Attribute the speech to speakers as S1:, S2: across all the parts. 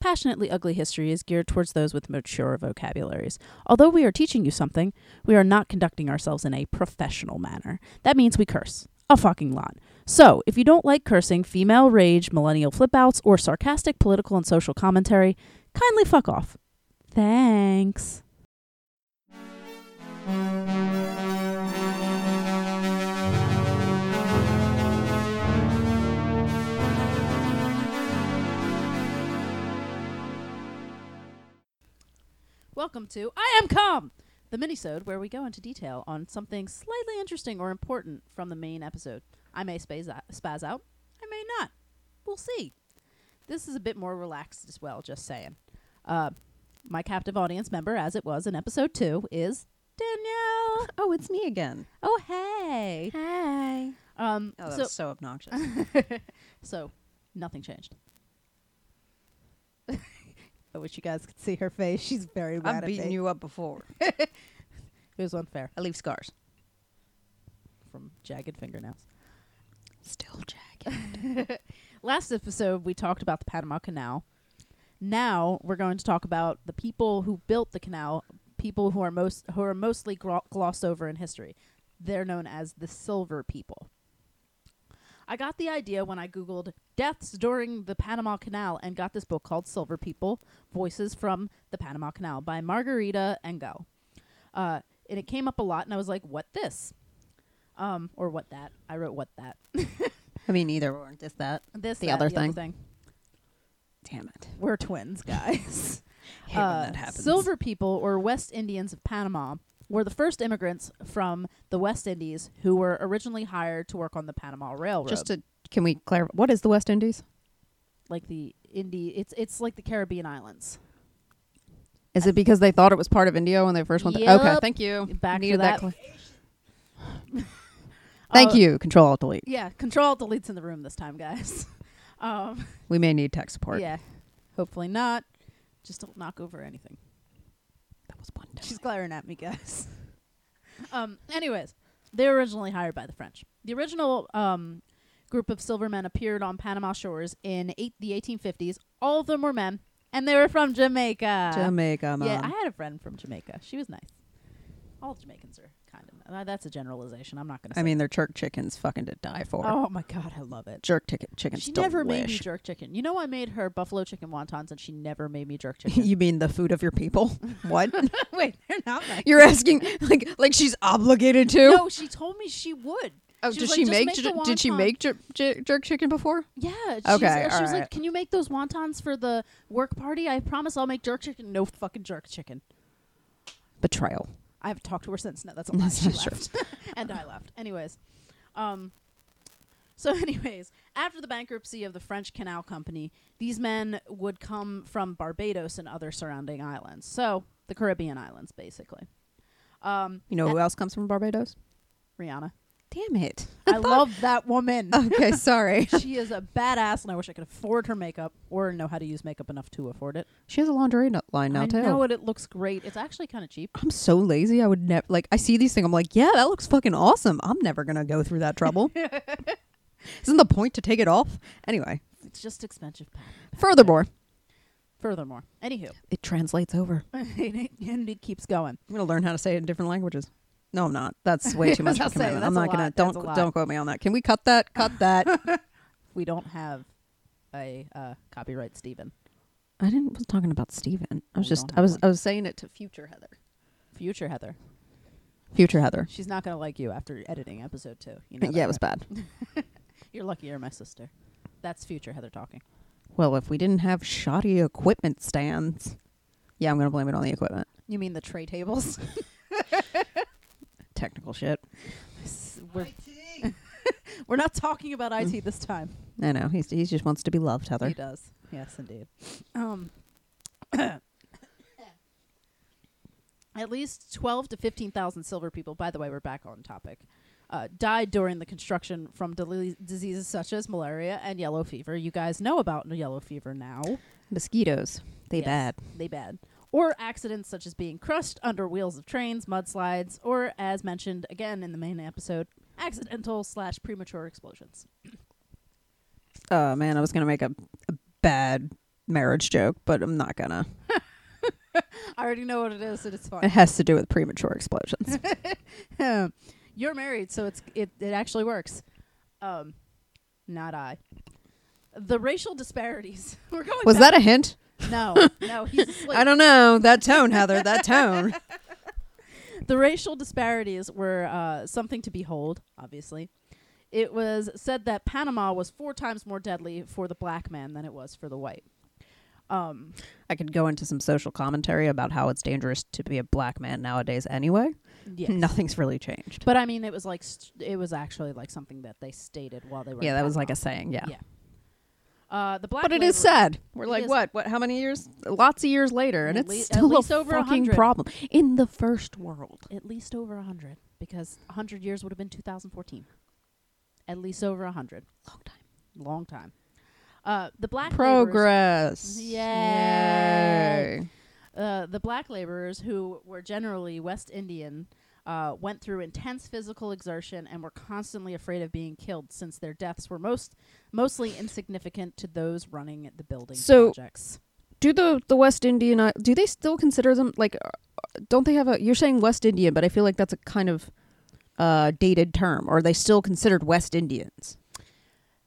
S1: Passionately Ugly History is geared towards those with mature vocabularies. Although we are teaching you something, we are not conducting ourselves in a professional manner. That means we curse. A fucking lot. So, if you don't like cursing, female rage, millennial flipouts, or sarcastic political and social commentary, kindly fuck off. Thanks. Welcome to I Am Calm, the minisode where we go into detail on something slightly interesting or important from the main episode. I may spaz, out, spaz out, I may not. We'll see. This is a bit more relaxed as well, just saying. Uh, my captive audience member, as it was in episode two, is Danielle.
S2: Oh, it's me again.
S1: Oh, hey.
S2: Hi.
S1: Um,
S2: Oh, that
S1: so,
S2: was so obnoxious.
S1: so, nothing changed. I wish you guys could see her face. She's very mad
S2: I've
S1: at
S2: beaten
S1: me.
S2: you up before.
S1: It was unfair
S2: I leave scars.
S1: from jagged fingernails.
S2: Still jagged.
S1: Last episode, we talked about the Panama Canal. Now we're going to talk about the people who built the canal, people who are most who are mostly gro- glossed over in history. They're known as the Silver People. I got the idea when I googled deaths during the Panama Canal and got this book called Silver People: Voices from the Panama Canal by Margarita Engel. Uh, and it came up a lot, and I was like, "What this?" Um, or what that? I wrote what that.
S2: I mean, either weren't this that.
S1: This
S2: The
S1: that,
S2: other thing.
S1: thing.
S2: Damn it.
S1: We're twins, guys.
S2: Hate
S1: Uh,
S2: when that happens.
S1: Silver people, or West Indians of Panama, were the first immigrants from the West Indies who were originally hired to work on the Panama Railroad.
S2: Just to can we clarify what is the West Indies?
S1: like the Indi, it's it's like the Caribbean islands.
S2: Is it because they thought it was part of India when they first went? there? Okay,
S1: Yep.
S2: thank you.
S1: Back to
S2: Needed
S1: that.
S2: cla- thank
S1: Uh,
S2: you. Control Alt Delete.
S1: Yeah, Control Alt Delete's in the room this time, guys. um,
S2: We may need tech support.
S1: yeah, hopefully not. Just don't knock over anything.
S2: That was one.
S1: She's glaring at me, guys. um, anyways, they were originally hired by the French. The original um, group of silvermen appeared on Panama shores in eight, the 1850s. All of them were men, and they were from Jamaica.
S2: Jamaica, mom.
S1: yeah, I had a friend from Jamaica. She was nice. All Jamaicans are kind of. Uh, that's a generalization. I'm not going to.
S2: I mean, their jerk chickens fucking to die for.
S1: oh my god, I love it.
S2: Jerk ticket chickens.
S1: She never made me
S2: delish.
S1: jerk chicken. You know, I made her buffalo chicken wontons, and she never made me jerk chicken.
S2: you mean the food of your people? what?
S1: Wait, they're not nice.
S2: You're asking like like she's obligated to?
S1: No, she told me she would.
S2: Oh,
S1: She
S2: did
S1: was
S2: she
S1: like, "Just
S2: make,
S1: make
S2: jer-
S1: the
S2: did she
S1: wonton."
S2: make jer- jer- jerk chicken before?
S1: Yeah. She was,
S2: Okay,
S1: uh, she was like,
S2: alright.
S1: "Can you make those wontons for the work party? I promise I'll make jerk chicken." No fucking jerk chicken.
S2: Betrayal.
S1: I haven't talked to her since. No, that's a lie.
S2: That's
S1: She
S2: not true.
S1: left, and I left. Anyways, um, so anyways, after the bankruptcy of the French Canal Company, these men would come from Barbados and other surrounding islands. So the Caribbean islands, basically. Um,
S2: You know who else comes from Barbados?
S1: Rihanna,
S2: Damn it.
S1: I, love that woman.
S2: Okay, sorry.
S1: she is a badass, and I wish I could afford her makeup or know how to use makeup enough to afford it.
S2: she has a laundry no- line now
S1: I
S2: too.
S1: know it. It looks great. It's actually kind of cheap.
S2: I'm so lazy. I would never like. I see these things. I'm like, yeah, that looks fucking awesome. I'm never gonna go through that trouble. Isn't the point to take it off anyway?
S1: It's just expensive. pattern.
S2: Furthermore,
S1: Furthermore, anywho,
S2: it translates over.
S1: and it- and it keeps going.
S2: I'm gonna learn how to say it in different languages. No, I'm not. That's way too much of
S1: I'll
S2: a
S1: say,
S2: commitment.
S1: that's
S2: I'm
S1: a
S2: not gonna.
S1: lot. That's a
S2: Don't
S1: lot.
S2: don't quote me on that. Can we cut that? Cut that.
S1: We don't have a uh, copyright, Stephen.
S2: I didn't was talking about Steven. I was
S1: We
S2: just
S1: don't
S2: I
S1: have
S2: was
S1: one.
S2: I was saying it to future Heather.
S1: Future Heather.
S2: Future Heather.
S1: She's not gonna like you after editing episode two. You know.
S2: yeah,
S1: that,
S2: it was
S1: right?
S2: bad.
S1: You're lucky you're my sister. That's future Heather talking.
S2: Well, if we didn't have shoddy equipment stands. Yeah, I'm going to blame it on the equipment.
S1: You mean the tray tables?
S2: Technical shit.
S1: we're, we're not talking about IT this time.
S2: I know. He's, he just wants to be loved,
S1: He
S2: Heather.
S1: does. Yes, indeed. Um, at least twelve to fifteen thousand silver people. By the way, we're back on topic. Uh, died during the construction from dele- diseases such as malaria and yellow fever. You guys know about yellow fever now.
S2: Mosquitoes. They
S1: Yes,
S2: bad.
S1: They bad. Or accidents such as being crushed under wheels of trains, mudslides, or as mentioned again in the main episode, accidental slash premature explosions.
S2: Oh, man. I was going to make a, a bad
S3: marriage joke, but I'm not gonna.
S1: I already know what it is, and it's
S3: It
S1: fine.
S3: has to do with premature explosions.
S1: You're married, so it's it, it actually works. Um, not I. The racial disparities. We're going.
S3: Was
S1: back-
S3: that a hint?
S1: no? No, he's asleep.
S3: I don't know. That tone, Heather, that tone.
S1: The racial disparities were uh, something to behold, obviously. It was said that Panama was four times more deadly for the black man than it was for the white. Um,
S3: I could go into some social commentary about how it's dangerous to be a black man nowadays anyway.
S1: yes.
S3: Nothing's really changed.
S1: But I mean, it was like st- it was actually like something that they stated while they were.
S3: yeah,
S1: in
S3: that was like
S1: Panama.
S3: a saying, yeah.
S1: Yeah. Uh, the black.
S3: But it
S1: labor-
S3: is sad. We're
S1: It
S3: like
S1: is.
S3: what? What how many years? Lots of years later and
S1: At
S3: it's
S1: lea- at
S3: still
S1: least
S3: a
S1: over a
S3: fucking
S1: hundred.
S3: problem in the first world.
S1: At least over a hundred, because a hundred years would have been 2014. At least over a hundred.
S3: Long time.
S1: Long time. Uh, the black laborers-
S3: Progress.
S1: Yay.
S3: Yay.
S1: Uh, the black laborers, who were generally West Indian, uh, went through intense physical exertion and were constantly afraid of being killed, since their deaths were most mostly insignificant to those running the building
S2: So-
S1: projects.
S2: Do the the West Indian I- do they still consider them like? uh, Don't they have a? You're saying West Indian, but I feel like that's a kind of
S3: Uh dated term. Are they still considered West Indians?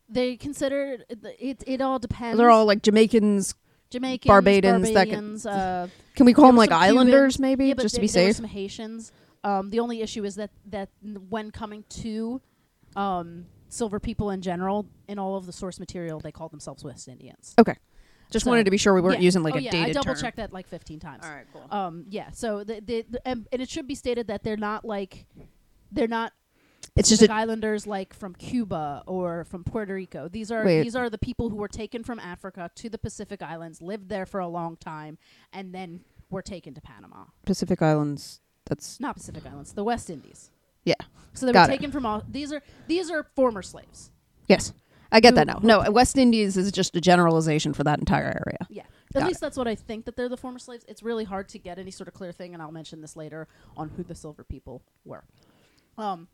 S1: They considered it. It all depends.
S2: they're all like Jamaicans.
S1: Jamaicans,
S2: Barbadians, that could-
S1: Barbadians, uh,
S2: Can we call
S1: There
S2: them
S1: were
S2: like
S1: some
S2: islanders?
S1: Cubans.
S2: Maybe
S1: yeah, but
S2: just to
S1: there-
S2: be
S1: there were
S2: safe.
S1: some Haitians. Um, the only issue is that that n- when coming to um, silver people in general, in all of the source material, they call themselves West Indians.
S2: okay, just
S1: So-
S2: wanted to be sure we weren't
S1: Yeah.
S2: using like
S1: oh,
S2: a
S1: yeah,
S2: dated
S1: I double
S2: term.
S1: checked that like fifteen times.
S3: right, cool.
S1: Um, yeah. So the, the, the and, and it should be stated that they're not like they're not
S3: it's just
S1: Pacific
S3: a,
S1: Islanders like from Cuba or from Puerto Rico. These are
S2: Wait.
S1: these are the people who were taken from Africa to the Pacific Islands, lived there for a long time, and then were taken to Panama.
S3: Pacific Islands. That's
S1: Not Pacific Islands, the West Indies.
S3: yeah.
S1: So they
S3: Got
S1: were
S3: it.
S1: taken from all these are these are former slaves.
S3: Yes. I get
S1: Who-
S3: that now. No, West Indies is just a generalization for that entire area.
S1: Yeah. At
S3: Got
S1: least that's what I think that they're the former slaves. It's really hard to get any sort of clear thing, and I'll mention this later on who the silver people were. Um,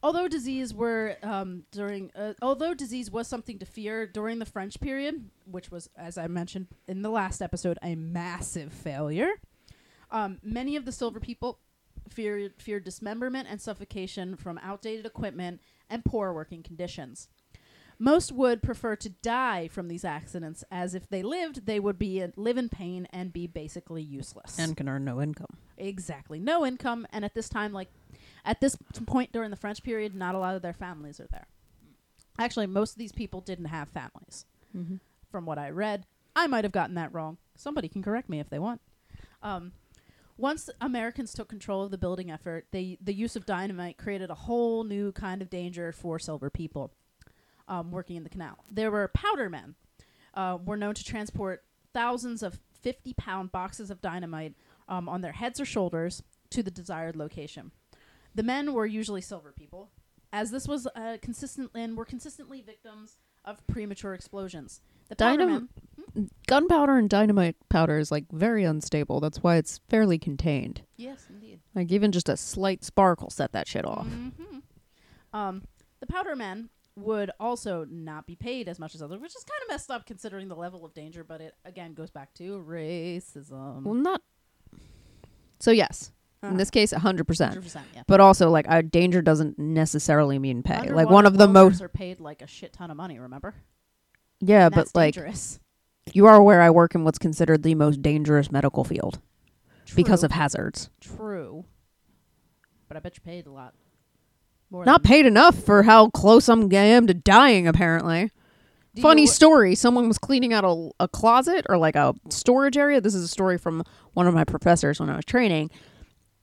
S1: although disease were um, during, uh, although disease was something to fear during the French period, which was, as I mentioned in the last episode, a massive failure. Um, many of the silver people feared, feared dismemberment and suffocation from outdated equipment and poor working conditions. Most would prefer to die from these accidents, as if they lived, they would be live in pain and be basically useless.
S3: And can earn no income.
S1: exactly, no income. And at this time, like at this point during the French period, not a lot of their families are there. Actually, most of these people didn't have families, from what I read. I might have gotten that wrong. Somebody can correct me if they want. Um, once Americans took control of the building effort, they, the use of dynamite created a whole new kind of danger for silver people um, working in the canal. There were powder men, uh, were known to transport thousands of 50 pound boxes of dynamite um, on their heads or shoulders to the desired location. The men were usually silver people, as this was uh, consistent and were consistently victims of premature explosions. The powder
S2: Dynam-
S1: men,
S2: Gunpowder and dynamite powder is like very unstable. That's why it's fairly contained.
S1: yes, indeed. Mm-hmm.
S2: Like even just a slight spark will set that shit off.
S1: Um, the powder men would also not be paid as much as others, which is kind of messed up considering the level of danger. But it again goes back to racism.
S2: Well, not. So yes,
S1: Uh,
S2: in this case, hundred percent.
S1: 100%, yeah.
S2: But also, like, uh, danger doesn't necessarily mean pay. like
S1: Underwater
S2: one of the
S1: welders
S2: most.
S1: are paid like a shit ton of money. Remember?
S2: Yeah,
S1: And
S2: but
S1: that's
S2: like
S1: dangerous.
S2: you are aware I work in what's considered the most dangerous medical field because
S1: True,
S2: of hazards.
S1: true. But I bet you're paid a lot. More
S2: Not
S1: than-
S2: paid enough for how close I'm, I am to dying, apparently.
S1: Do
S2: Funny
S1: you-
S2: story. Someone was cleaning out a, a closet or like a storage area. This is a story from one of my professors when I was training.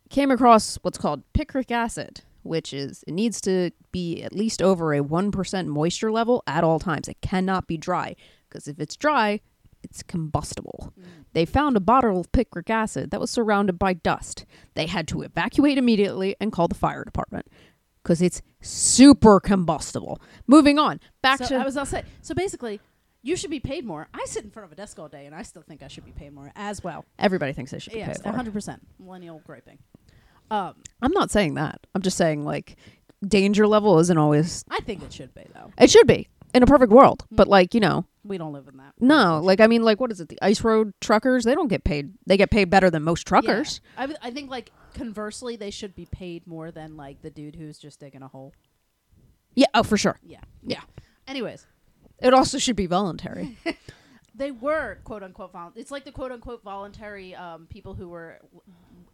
S2: Came across what's called picric acid, which is it needs to be at least over a 1% moisture level at all times. It cannot be dry because if it's dry, it's combustible.
S1: Mm.
S2: They found a bottle of picric acid that was surrounded by dust. They had to evacuate immediately and call the fire department because it's super combustible. Moving on, back
S1: so
S2: to
S1: I was all set. So basically, you should be paid more. I sit in front of a desk all day, and I still think I should be paid more as well.
S2: Everybody thinks they should be
S1: Yes,
S2: paid for.
S1: hundred percent millennial griping. Um,
S2: I'm not saying that. I'm just saying like danger level isn't always.
S1: I think it should be though.
S2: It should be. in a perfect world,
S1: Hmm.
S2: but like you know,
S1: We don't live in that.
S2: no, like I mean, like what is it? The ice road truckers? They don't get paid. They get paid better than most
S1: Yeah.
S2: truckers.
S1: I, w- I think like conversely, they should be paid more than like the dude who's just digging a hole.
S2: Yeah. Oh, for sure.
S1: Yeah.
S2: Yeah.
S1: Anyways,
S2: It also should be voluntary.
S1: they were quote unquote vol- it's like the quote unquote voluntary um, people who were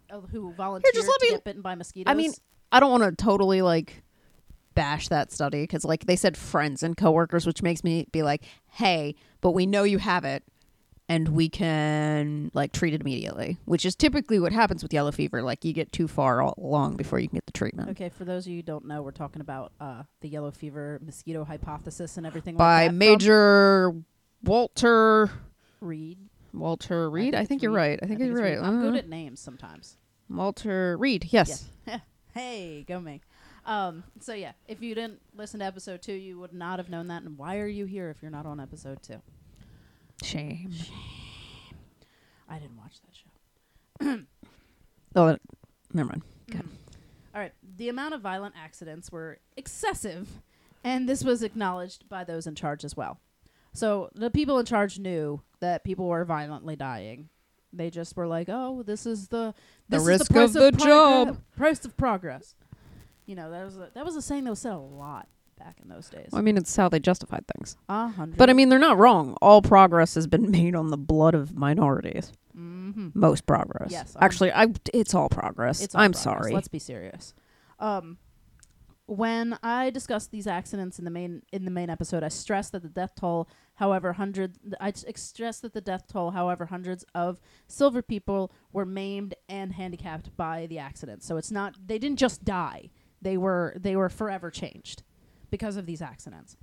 S1: uh, who volunteered
S2: let
S1: to
S2: me-
S1: get bitten by mosquitoes.
S2: I mean, I don't want to totally like bash that study because like they said friends and coworkers, which makes me be like, hey, but we know you have it and we can like treat it immediately, which is typically what happens with yellow fever. Like you get too far al- along before you can get the treatment.
S1: okay. For those of you who don't know, we're talking about uh, the yellow fever mosquito hypothesis and everything.
S2: By
S1: like that from
S2: Major Walter
S1: Reed.
S2: Walter Reed. I think,
S1: it's
S2: you're
S1: Reed.
S2: right. I think, you're
S1: it's
S2: right.
S1: Reed. I'm
S2: Uh,
S1: good at names sometimes.
S2: Walter Reed. Yes.
S1: Yeah. hey, go me. Um, so yeah, if you didn't listen to episode two, you would not have known that. And why are you here if you're not on episode two?
S2: Shame.
S1: I didn't watch that show.
S2: Oh, that- never mind. Good.
S1: All right. The amount of violent accidents were excessive, and this was acknowledged by those in charge as well. So the people in charge knew that people were violently dying. They just were like, "Oh, this is the
S2: The
S1: this is
S2: risk
S1: price
S2: of the
S1: progre-
S2: job."
S1: price of progress." You know that was a, that was a saying that was said a lot back in those days.
S2: Well, I mean, it's how they justified things.
S1: A hundred.
S2: But I mean, they're not wrong. All progress has been made on the blood of minorities.
S1: Mhm.
S2: Most progress.
S1: Yes, I'm-
S2: Actually, I it's all progress.
S1: all
S2: I'm
S1: progress.
S2: sorry.
S1: Let's be serious. Um, when I discussed these accidents in the main in the main episode, I stressed that the death toll, however, hundred I s- stressed that the death toll, however, hundreds of silver people were maimed and handicapped by the accident. So it's not they didn't just die; they were they were forever changed because of these accidents.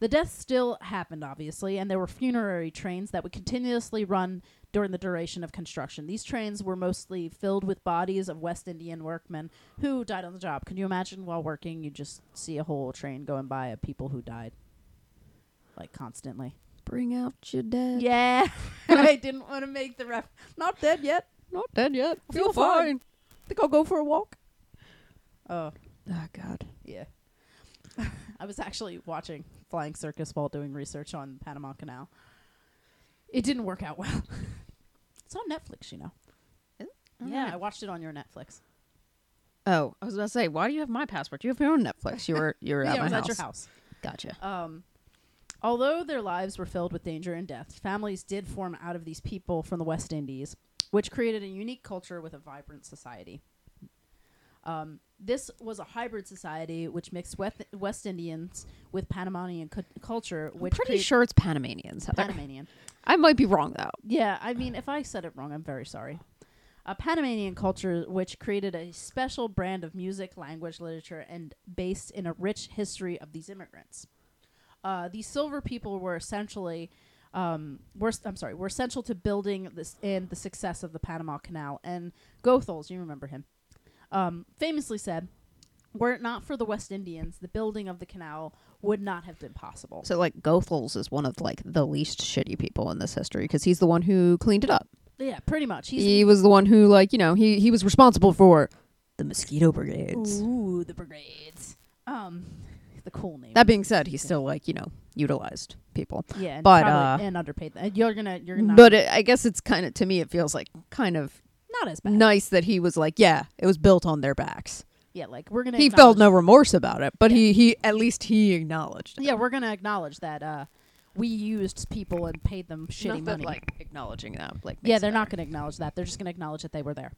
S1: The deaths still happened, obviously, and there were funerary trains that would continuously run during the duration of construction. These trains were mostly filled with bodies of West Indian workmen who died on the job. Can you imagine while working, you just see a whole train going by of people who died? Like constantly.
S2: Bring out your dead.
S1: Yeah. I didn't want to make the ref. Not dead yet.
S2: Not dead yet.
S1: Feel
S2: Feel
S1: fine.
S2: fine. Think I'll go for a walk.
S1: Oh,
S2: Oh God.
S1: yeah. I was actually watching Flying Circus while doing research on Panama Canal. It didn't work out well. it's on Netflix, you know. Yeah, I watched it on your Netflix.
S2: Oh, I was about to say, why do you have my passport? You have your own Netflix. You were you were
S1: yeah,
S2: at
S1: it
S2: my
S1: was
S2: house.
S1: at your house.
S2: Gotcha.
S1: Um, although their lives were filled with danger and death, families did form out of these people from the West Indies, which created a unique culture with a vibrant society. Um, this was a hybrid society which mixed West, West Indians with Panamanian cu- culture, which
S2: I'm pretty
S1: create-
S2: sure it's Panamanians. Heather.
S1: Panamanian.
S2: I might be wrong though.
S1: Yeah, I mean, if I said it wrong, I'm very sorry. A Panamanian culture which created a special brand of music, language, literature, and based in a rich history of these immigrants. Uh, these silver people were essentially, um, were I'm sorry, were essential to building this and the success of the Panama Canal. And Goethals, you remember him, um, famously said, "Were it not for the West Indians, the building of the canal would not have been possible."
S2: So like Goethals is one of like the least shitty people in this history because he's the one who cleaned it up.
S1: yeah, pretty much. He's
S2: he was the one who like you know he he was responsible for the mosquito brigades
S1: Ooh, the brigades. Um, the cool name.
S2: that being said he's still like you know utilized people
S1: yeah, and
S2: but,
S1: probably-
S2: uh,
S1: and underpaid. Uh, You're gonna, you're gonna.
S2: but it, i guess it's kind of to me it feels like kind of
S1: not as bad.
S2: nice that he was like yeah it was built on their backs
S1: Yeah, like we're gonna.
S2: he felt no
S1: acknowledge-
S2: remorse about it but
S1: Yeah.
S2: he he at least he acknowledged it.
S1: Yeah, we're gonna acknowledge that. Uh, we used people and paid them shitty
S2: Not that,
S1: money.
S2: like acknowledging that like
S1: yeah,
S2: makes
S1: they're
S2: it
S1: not
S2: better.
S1: gonna acknowledge that. They're just gonna acknowledge that they were there.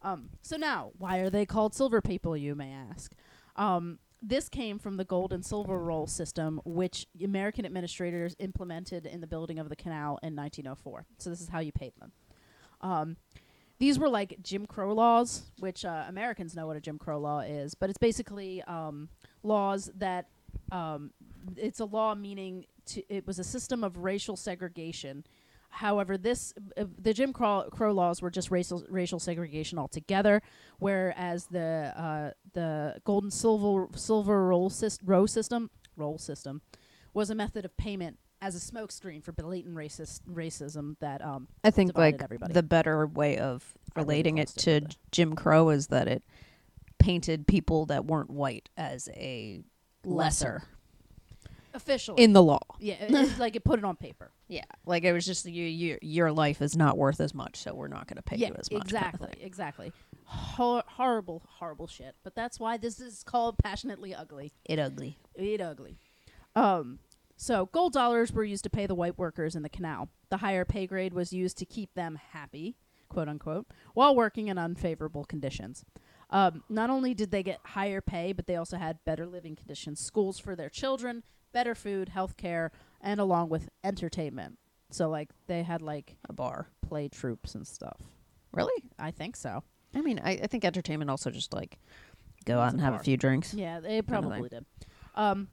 S1: Um, so now, why are they called silver people? You may ask. Um, this came from the gold and silver roll system, which American administrators implemented in the building of the canal in 1904. So this is how you paid them. Um, these were like Jim Crow laws, which uh, Americans know what a Jim Crow law is, but it's basically um, laws that um, it's a law meaning to, it was a system of racial segregation. However, this uh, the Jim Crow, Crow laws were just racial racial segregation altogether, whereas the uh, the gold and silver silver roll sys- row system roll system was a method of payment as a smokescreen for blatant racist racism that um,
S2: i think
S1: divided
S2: like
S1: everybody.
S2: the better way of
S1: I really
S2: relating it
S1: lost it
S2: to
S1: with
S2: jim crow is that it painted people that weren't white as a lesser.
S1: officially.
S3: in the law.
S1: yeah, it- it's like it put it on paper.
S2: Yeah, like it was just you, you, your life is not worth as much, so we're not going to pay
S1: yeah,
S2: you as much. kind of
S1: exactly,
S2: thing.
S1: exactly. Hor- horrible, horrible shit. But that's why this is called passionately ugly.
S2: It ugly.
S1: It ugly. Um, so gold dollars were used to pay the white workers in the canal. The higher pay grade was used to keep them happy, quote unquote, while working in unfavorable conditions. Um, not only did they get higher pay, but they also had better living conditions, schools for their children, better food, health care, and along with entertainment. So like they had like
S2: A bar.
S1: play troops and stuff.
S2: Really?
S1: I think so.
S2: I mean, I, I think entertainment also just like go
S1: It's
S2: out
S1: a
S2: and have
S1: bar.
S2: a few drinks.
S1: Yeah, they
S2: Kinda
S1: probably did. Um,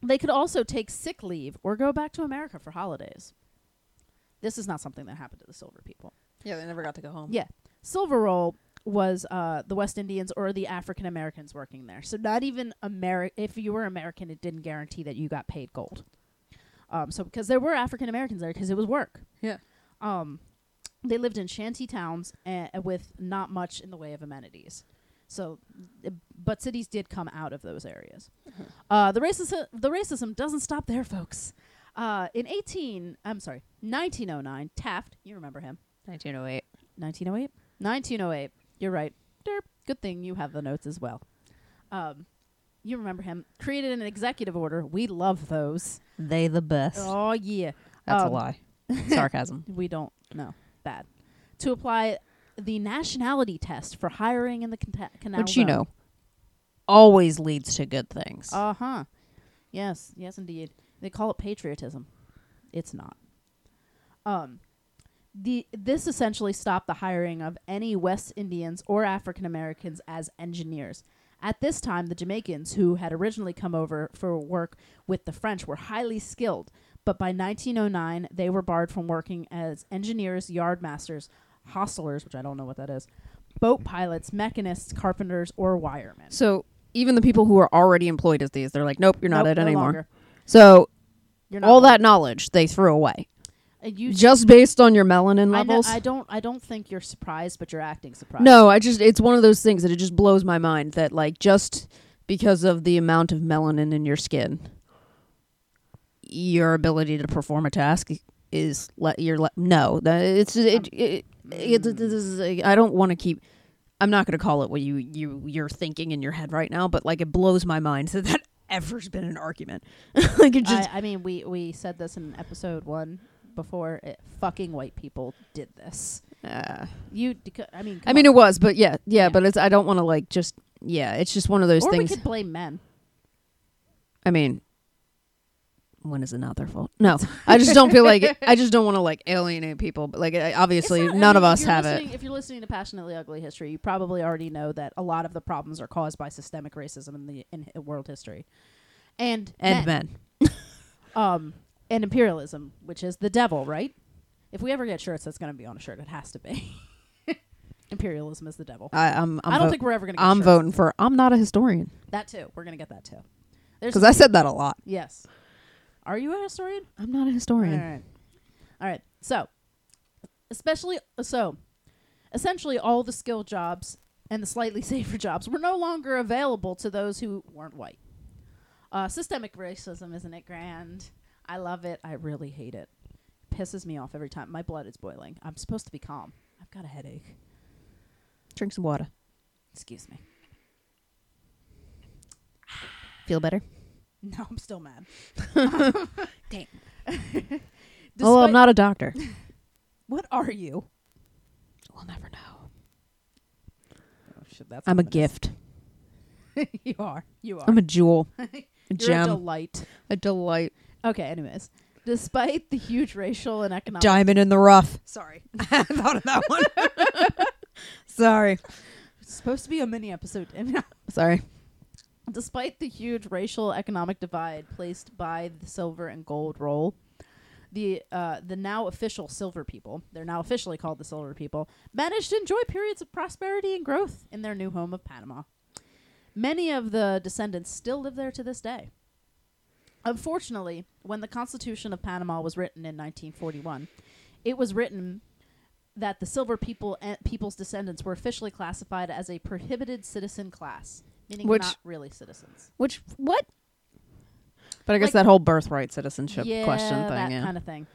S1: they could also take sick leave or go back to America for holidays. This is not something that happened to the silver people.
S2: Yeah, they never got to go home.
S1: Yeah, silver roll was uh, the West Indians or the African Americans working there. So not even Ameri- if you were American, it didn't guarantee that you got paid gold. Um, so because there were African Americans there because it was work.
S3: Yeah.
S1: Um, they lived in shanty towns and, with not much in the way of amenities. So, uh, but cities did come out of those areas. Uh, the racism the racism doesn't stop there, folks. Uh, in eighteen, I'm sorry, nineteen oh nine, Taft, you remember him,
S2: 1908.
S1: 1908? 1908. You're right. Derp. Good thing you have the notes as well. Um, you remember him. Created an executive order. We love those.
S2: They the best.
S1: Oh, yeah.
S2: That's
S1: Um,
S2: a lie. Sarcasm.
S1: We don't know. Bad. To apply the nationality test for hiring in the cana- canal.
S2: Which you know always leads to good things.
S1: Uh huh. Yes. Yes, indeed. They call it patriotism. It's not. Um, the this essentially stopped the hiring of any West Indians or African Americans as engineers. At this time, the Jamaicans, who had originally come over for work with the French, were highly skilled, but by 1909, they were barred from working as engineers, yard masters, hostlers, which I don't know what that is, boat pilots, mechanists, carpenters, or wiremen.
S2: so even the people who are already employed as these, they're like, nope, you're not
S1: Nope,
S2: it
S1: no
S2: anymore.
S1: longer.
S2: So
S1: You're not
S2: all
S1: allowed.
S2: that knowledge they threw away
S1: Uh, You
S2: just based on your melanin
S1: I, know,
S2: levels.
S1: I don't. I don't think you're surprised, but you're acting surprised.
S2: No, I just it's one of those things that it just blows my mind that like just because of the amount of melanin in your skin, your ability to perform a task is let you're let no that it's it, it, it, it- this is I don't want to keep. I'm not going to call it what you you you're thinking in your head right now, but like it blows my mind that that ever's been an argument. like it just
S1: I, I mean, we we said this in episode one before. It, fucking white people did this.
S2: uh,
S1: You. deco- I mean.
S2: I
S1: come
S2: mean
S1: on.
S2: it was, but yeah, yeah,
S1: Yeah.
S2: but it's I don't want to like just yeah, it's just one of those
S1: or
S2: things.
S1: we could blame men.
S2: I mean, when is it not their fault? No, I just don't feel like I just don't want to like alienate people. But like, I- obviously,
S1: It's not- I mean,
S2: none of
S1: if
S2: us
S1: you're
S2: have
S1: listening-
S2: it.
S1: If you're listening to Passionately Ugly History, you probably already know that a lot of the problems are caused by systemic racism in the in hi- world history, and
S2: And
S1: men.
S2: men.
S1: um, and imperialism, which is the devil, right? If we ever get shirts, that's going to be on a shirt. It has to be. imperialism is the devil.
S2: I, I'm. I'm
S1: I don't
S2: vo-
S1: think we're ever going to.
S2: I'm voting for. I'm not a historian
S1: that too. We're going to get that too. There's
S2: because I said that a lot.
S1: yes. Are you a historian?
S2: I'm not a
S1: All
S2: historian.
S1: right. All right. So, especially so, essentially, all the skilled jobs and the slightly safer jobs were no longer available to those who weren't white. Uh, systemic racism, isn't it grand? I love it. I really hate it. Pisses me off every time. My blood is boiling. I'm supposed to be calm. I've got a headache.
S2: Drink some water.
S1: Excuse me.
S2: Feel better.
S1: No, I'm still mad. Damn.
S2: Oh,
S1: Despite-
S2: I'm not a doctor.
S1: What are you?
S2: we'll never know.
S1: Oh, shit, that's
S2: I'm a
S1: ominous.
S2: gift.
S1: you are. You are.
S2: I'm a jewel. A
S1: You're a
S2: gem.
S1: delight.
S2: a delight.
S1: Okay, anyways. Despite the huge racial and economic
S3: Diamond in the rough.
S1: Sorry.
S3: I thought of that one. Sorry.
S1: It's supposed to be a mini episode.
S2: Sorry.
S1: Despite the huge racial economic divide placed by the silver and gold roll, the uh, the now official silver people, they're now officially called the silver people, managed to enjoy periods of prosperity and growth in their new home of Panama. Many of the descendants still live there to this day. Unfortunately, when the Constitution of Panama was written in 1941, it was written that the silver people and people's descendants were officially classified as a prohibited citizen class, meaning
S2: Which-
S1: not really citizens.
S2: Which what? But I guess
S1: Like-
S2: that whole birthright citizenship
S1: yeah,
S2: question thing.
S1: that
S2: yeah.
S1: kind of thing.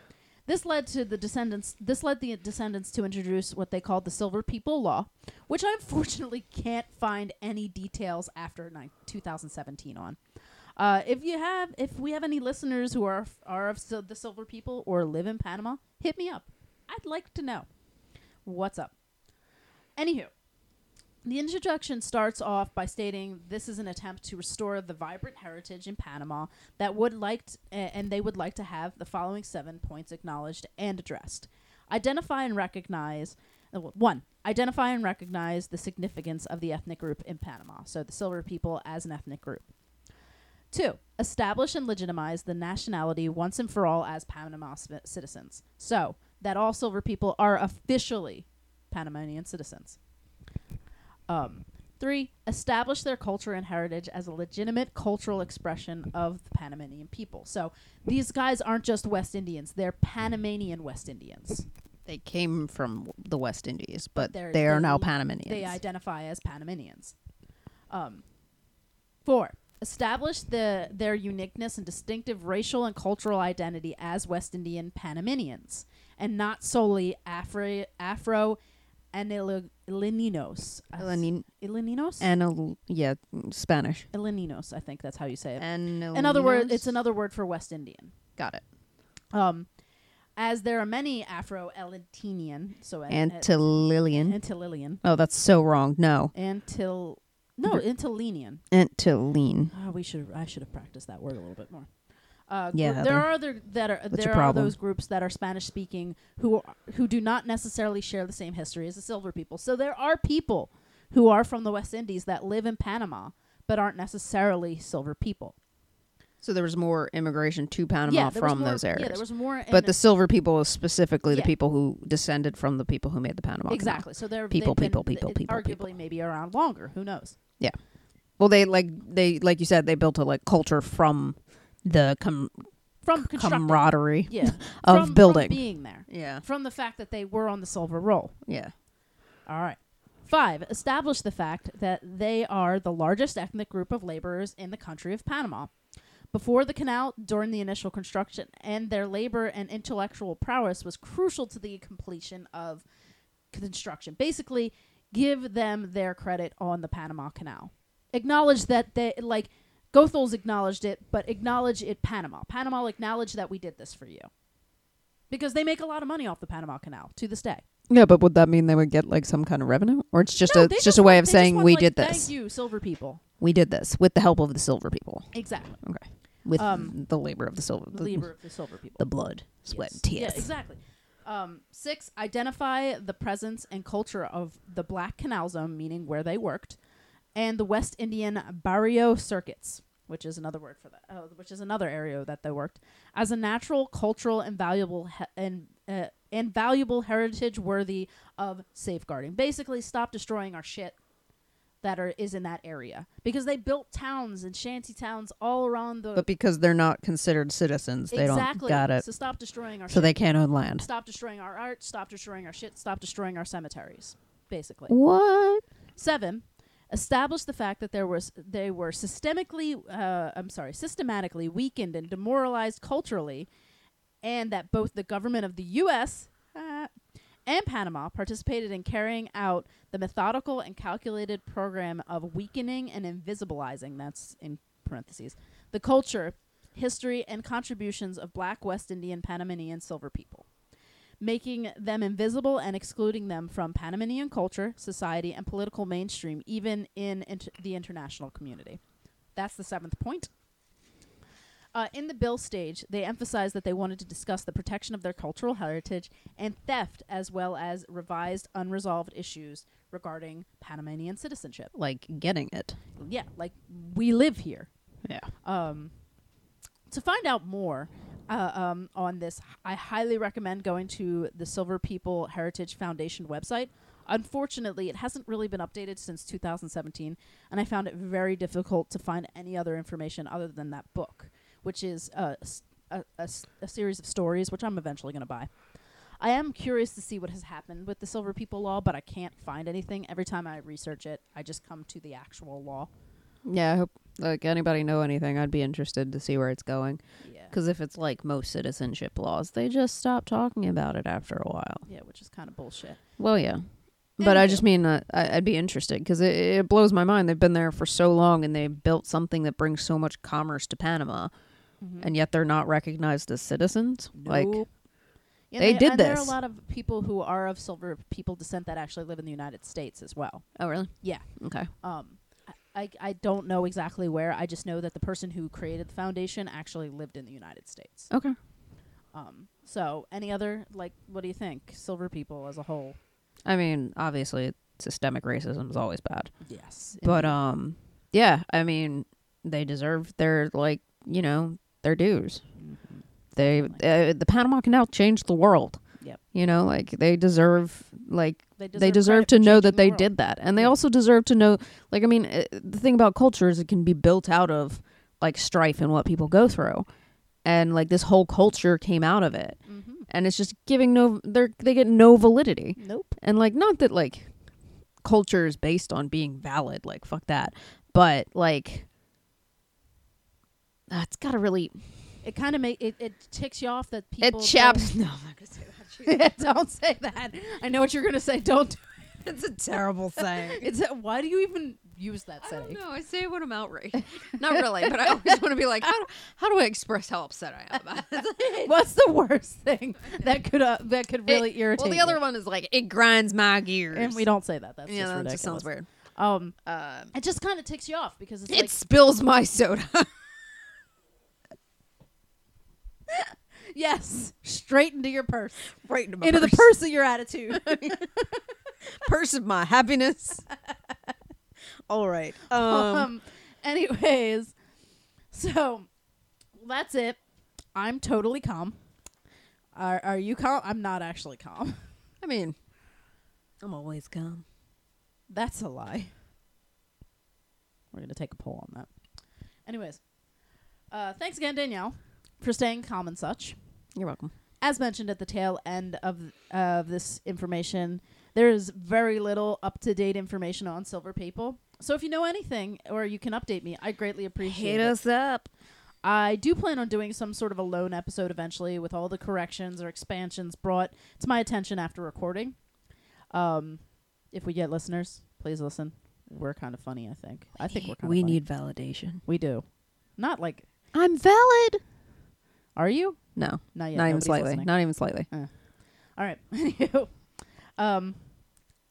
S1: This led to the descendants. This led the descendants to introduce what they called the Silver People Law, which I unfortunately can't find any details after nine, 2017 on. Uh, if you have, if we have any listeners who are are of sil- the Silver People or live in Panama, hit me up. I'd like to know what's up. Anywho, the introduction starts off by stating this is an attempt to restore the vibrant heritage in Panama that would like t- a- and they would like to have the following seven points acknowledged and addressed. Identify and recognize uh, well, one. Identify and recognize the significance of the ethnic group in Panama, so the silver people as an ethnic group. Two, establish and legitimize the nationality once and for all as Panama ci- citizens, so that all silver people are officially Panamanian citizens. Um, three, establish their culture and heritage as a legitimate cultural expression of the Panamanian people. So these guys aren't just West Indians; they're Panamanian West Indians.
S2: They came from the West Indies, but
S1: They're-
S2: they're,
S1: they-
S2: now Panamanians.
S1: They identify as Panamanians. Um, four, establish the their uniqueness and distinctive racial and cultural identity as West Indian Panamanians, and not solely Afri- Afro and Ilininos.
S2: Ilanin-
S1: Ilininos?
S2: and a, yeah, Spanish.
S1: Ilininos, I think that's how you say it.
S2: And
S1: In other words, it's another word for West Indian.
S2: Got it.
S1: Um, as there are many Afro Elantinian, so an-
S2: Antillilian.
S1: Antillean,
S2: Oh, that's so wrong. No,
S1: Antil, no,
S2: Br-
S1: Antillenian.
S2: Antilline.
S1: Ah, we should. I should have practiced that word a little bit more. Uh,
S2: Yeah,
S1: yeah, there
S2: Heather.
S1: are other that are
S2: What's
S1: there
S2: your
S1: are
S2: problem?
S1: those groups that are Spanish speaking who are, who do not necessarily share the same history as the Silver people. So there are people who are from the West Indies that live in Panama but aren't necessarily Silver people.
S2: So there was more immigration to Panama
S1: yeah, there was
S2: from
S1: more-
S2: those
S1: Yeah,
S2: areas.
S1: there was more. in-
S2: but the silver people was specifically
S1: Yeah.
S2: the people who descended from the people who made the Panama Canal.
S1: exactly. So they're
S2: People,
S1: they've
S2: people,
S1: been,
S2: people,
S1: it-
S2: people,
S1: Arguably,
S2: people.
S1: maybe around longer. Who knows?
S2: Well, they like they like you said they built a like culture from the com-
S1: From constructing.
S2: camaraderie
S1: yeah,
S2: of
S1: From- from
S2: building.
S1: being there,
S2: yeah,
S1: from the fact that they were on the Silver Roll.
S2: yeah.
S1: All right. Five, establish the fact that they are the largest ethnic group of laborers in the country of Panama. Before the canal, during the initial construction, and their labor and intellectual prowess was crucial to the completion of construction. Basically, give them their credit on the Panama Canal. Acknowledge that they, like, Goethals acknowledged it, but acknowledge it Panama. Panama acknowledge that we did this for you. Because they make a lot of money off the Panama Canal to this day.
S2: Yeah, but would that mean they would get like some kind of revenue, or it's just
S1: No,
S2: a
S1: they
S2: it's just a way
S1: want-
S2: of
S1: they
S2: saying
S1: want,
S2: we
S1: like,
S2: did this,
S1: Thank you, silver people.
S2: we did this with the help of the silver people,
S1: Exactly.
S2: okay, with
S1: Um,
S2: the labor of the silver,
S1: The leader of the silver people.
S2: the blood, sweat,
S1: Yes.
S2: tears.
S1: Yeah, exactly. Um, six, identify the presence and culture of the Black Canal Zone, meaning where they worked, and the West Indian barrio circuits, which is another word for that, uh, which is another area that they worked, as a natural, cultural, and valuable he- and uh, and valuable heritage worthy of safeguarding. Basically, stop destroying our shit that are is in that area because they built towns and shanty towns all around the
S2: But because they're not considered citizens, they
S1: exactly.
S2: don't got it,
S1: So stop destroying our
S2: so
S1: shit.
S2: they can't own land.
S1: stop destroying our art, stop destroying our shit, stop destroying our cemeteries, basically.
S2: What?
S1: Seven, establish the fact that there was they were systemically, uh, I'm sorry, systematically weakened and demoralized culturally, and that both the government of the U.S. uh, and Panama participated in carrying out the methodical and calculated program of weakening and invisibilizing. That's in parentheses the culture, history, and contributions of Black West Indian, Panamanian, Silver people making them invisible and excluding them from Panamanian culture, society, and political mainstream, even in inter- the international community. That's the seventh point. Uh, in the bill stage, they emphasized that they wanted to discuss the protection of their cultural heritage and theft, as well as revised unresolved issues regarding Panamanian citizenship.
S2: Like getting it?
S1: Yeah, like we live here
S2: Yeah.
S1: um, to find out more uh, um, on this, I highly recommend going to the Silver People Heritage Foundation website. Unfortunately, it hasn't really been updated since 2017, and I found it very difficult to find any other information other than that book, which is uh, s- a, a s- a series of stories, which I'm eventually going to buy. I am curious to see what has happened with the Silver People Law, but I can't find anything. Every time I research it, I just come to the actual law.
S2: Yeah, I hope like anybody know anything. I'd be interested to see where it's going.
S1: Yeah.
S2: Because if it's like most citizenship laws, they just stop talking about it after a while.
S1: Yeah, which is kind of bullshit.
S2: Well, yeah. But I
S1: Anywho.
S2: just mean uh, I, I'd be interested because it, it blows my mind. They've been there for so long and they built something that brings so much commerce to Panama, and yet they're not recognized as citizens. Like,
S1: Mm-hmm. Nope. Yeah,
S2: they
S1: there-
S2: did
S1: and There are a
S2: this.
S1: lot of people who are of silver people descent that actually live in the United States as well.
S2: oh really?
S1: Yeah.
S2: Okay.
S1: Um, I, I, I don't know exactly where. I just know that the person who created the foundation actually lived in the United States.
S2: Okay.
S1: Um, so any other like, what do you think? Silver people as a whole.
S2: I mean, obviously, systemic racism is always bad.
S1: Yes,
S2: but um yeah i mean they deserve their like you know their dues they uh, the panama canal changed the world
S1: Yep.
S2: you know like they deserve like
S1: they deserve,
S2: they deserve
S1: credit
S2: to
S1: for
S2: know
S1: changing
S2: that
S1: the
S2: they
S1: world.
S2: did that and they
S1: Yeah.
S2: also deserve to know like i mean uh, the thing about culture is it can be built out of like strife and what people go through and like this whole culture came out of it
S1: Mhm.
S2: and it's just giving no they're they get no validity
S1: Nope.
S2: and like not that like culture is based on being valid like fuck that but like that's gotta really
S1: It kind of make it, it ticks you off that people.
S2: it chaps no I'm not gonna say
S1: Don't, don't say that. I know what you're gonna say. Don't. do-
S3: It's a terrible saying.
S1: It's why do you even use that
S3: I don't
S1: setting?
S3: know. I say when I'm outraged. Not really, but I always want to be like, how do, how do I express how upset I am about it?
S1: What's the worst thing that could uh, that could really
S3: It-
S1: irritate?
S3: Well, the other
S1: you?
S3: one is like, it grinds my gears.
S1: and we don't say that. That's
S3: Yeah,
S1: just
S3: that
S1: ridiculous.
S3: just sounds weird.
S1: Um,
S3: Uh,
S1: it just kind of ticks you off because it's,
S3: it spills my soda.
S1: like yes, straight into your purse,
S3: right into, my
S1: into the purse of your attitude.
S3: purse of my happiness. All right.
S1: um, anyways, so that's it. I'm totally calm. Are are you calm? I'm not actually calm.
S3: I mean, I'm always calm.
S1: That's a lie. We're gonna take a poll on that. Anyways, uh, thanks again, Danielle, for staying calm and such.
S2: you're welcome
S1: as mentioned at the tail end of of this information, there is very little up to date information on silver people. So if you know anything or you can update me, I greatly appreciate it.
S2: up
S1: I do plan on doing some sort of a lone episode eventually with all the corrections or expansions brought to my attention after recording. Um, if we get listeners, please listen. We're kind of funny, I think. I think we're kind
S2: we
S1: of funny.
S2: need validation
S1: we do. Not like
S2: i'm valid
S1: are you?
S2: no
S1: Not yet.
S2: not even
S1: Nobody's
S2: slightly
S1: listening.
S2: not even slightly
S1: All right. Anywho, um,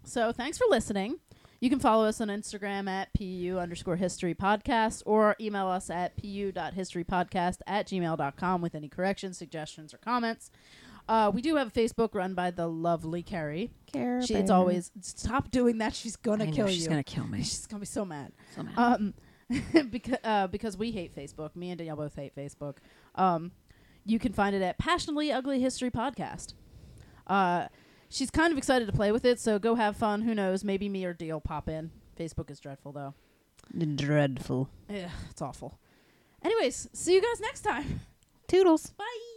S1: so thanks for listening. You can follow us on Instagram at pu underscore history podcast or email us at pu.historypodcast at gmail.com with any corrections, suggestions, or comments. Uh, we do have a Facebook run by the lovely Carrie.
S2: care
S1: She, it's always, stop doing that. She's going to kill
S2: she's
S1: you.
S2: gonna kill me
S1: she's going to be so mad.
S2: somehow.
S1: Um, because uh, because we hate Facebook. Me and Danielle both hate Facebook. Um, you can find it at Passionately Ugly History Podcast. Uh, she's kind of excited to play with it, so go have fun. Who knows? Maybe me or Deal pop in. Facebook is dreadful, though.
S2: dreadful
S1: Ugh, it's awful. Anyways, see you guys next time.
S2: toodles
S1: Bye.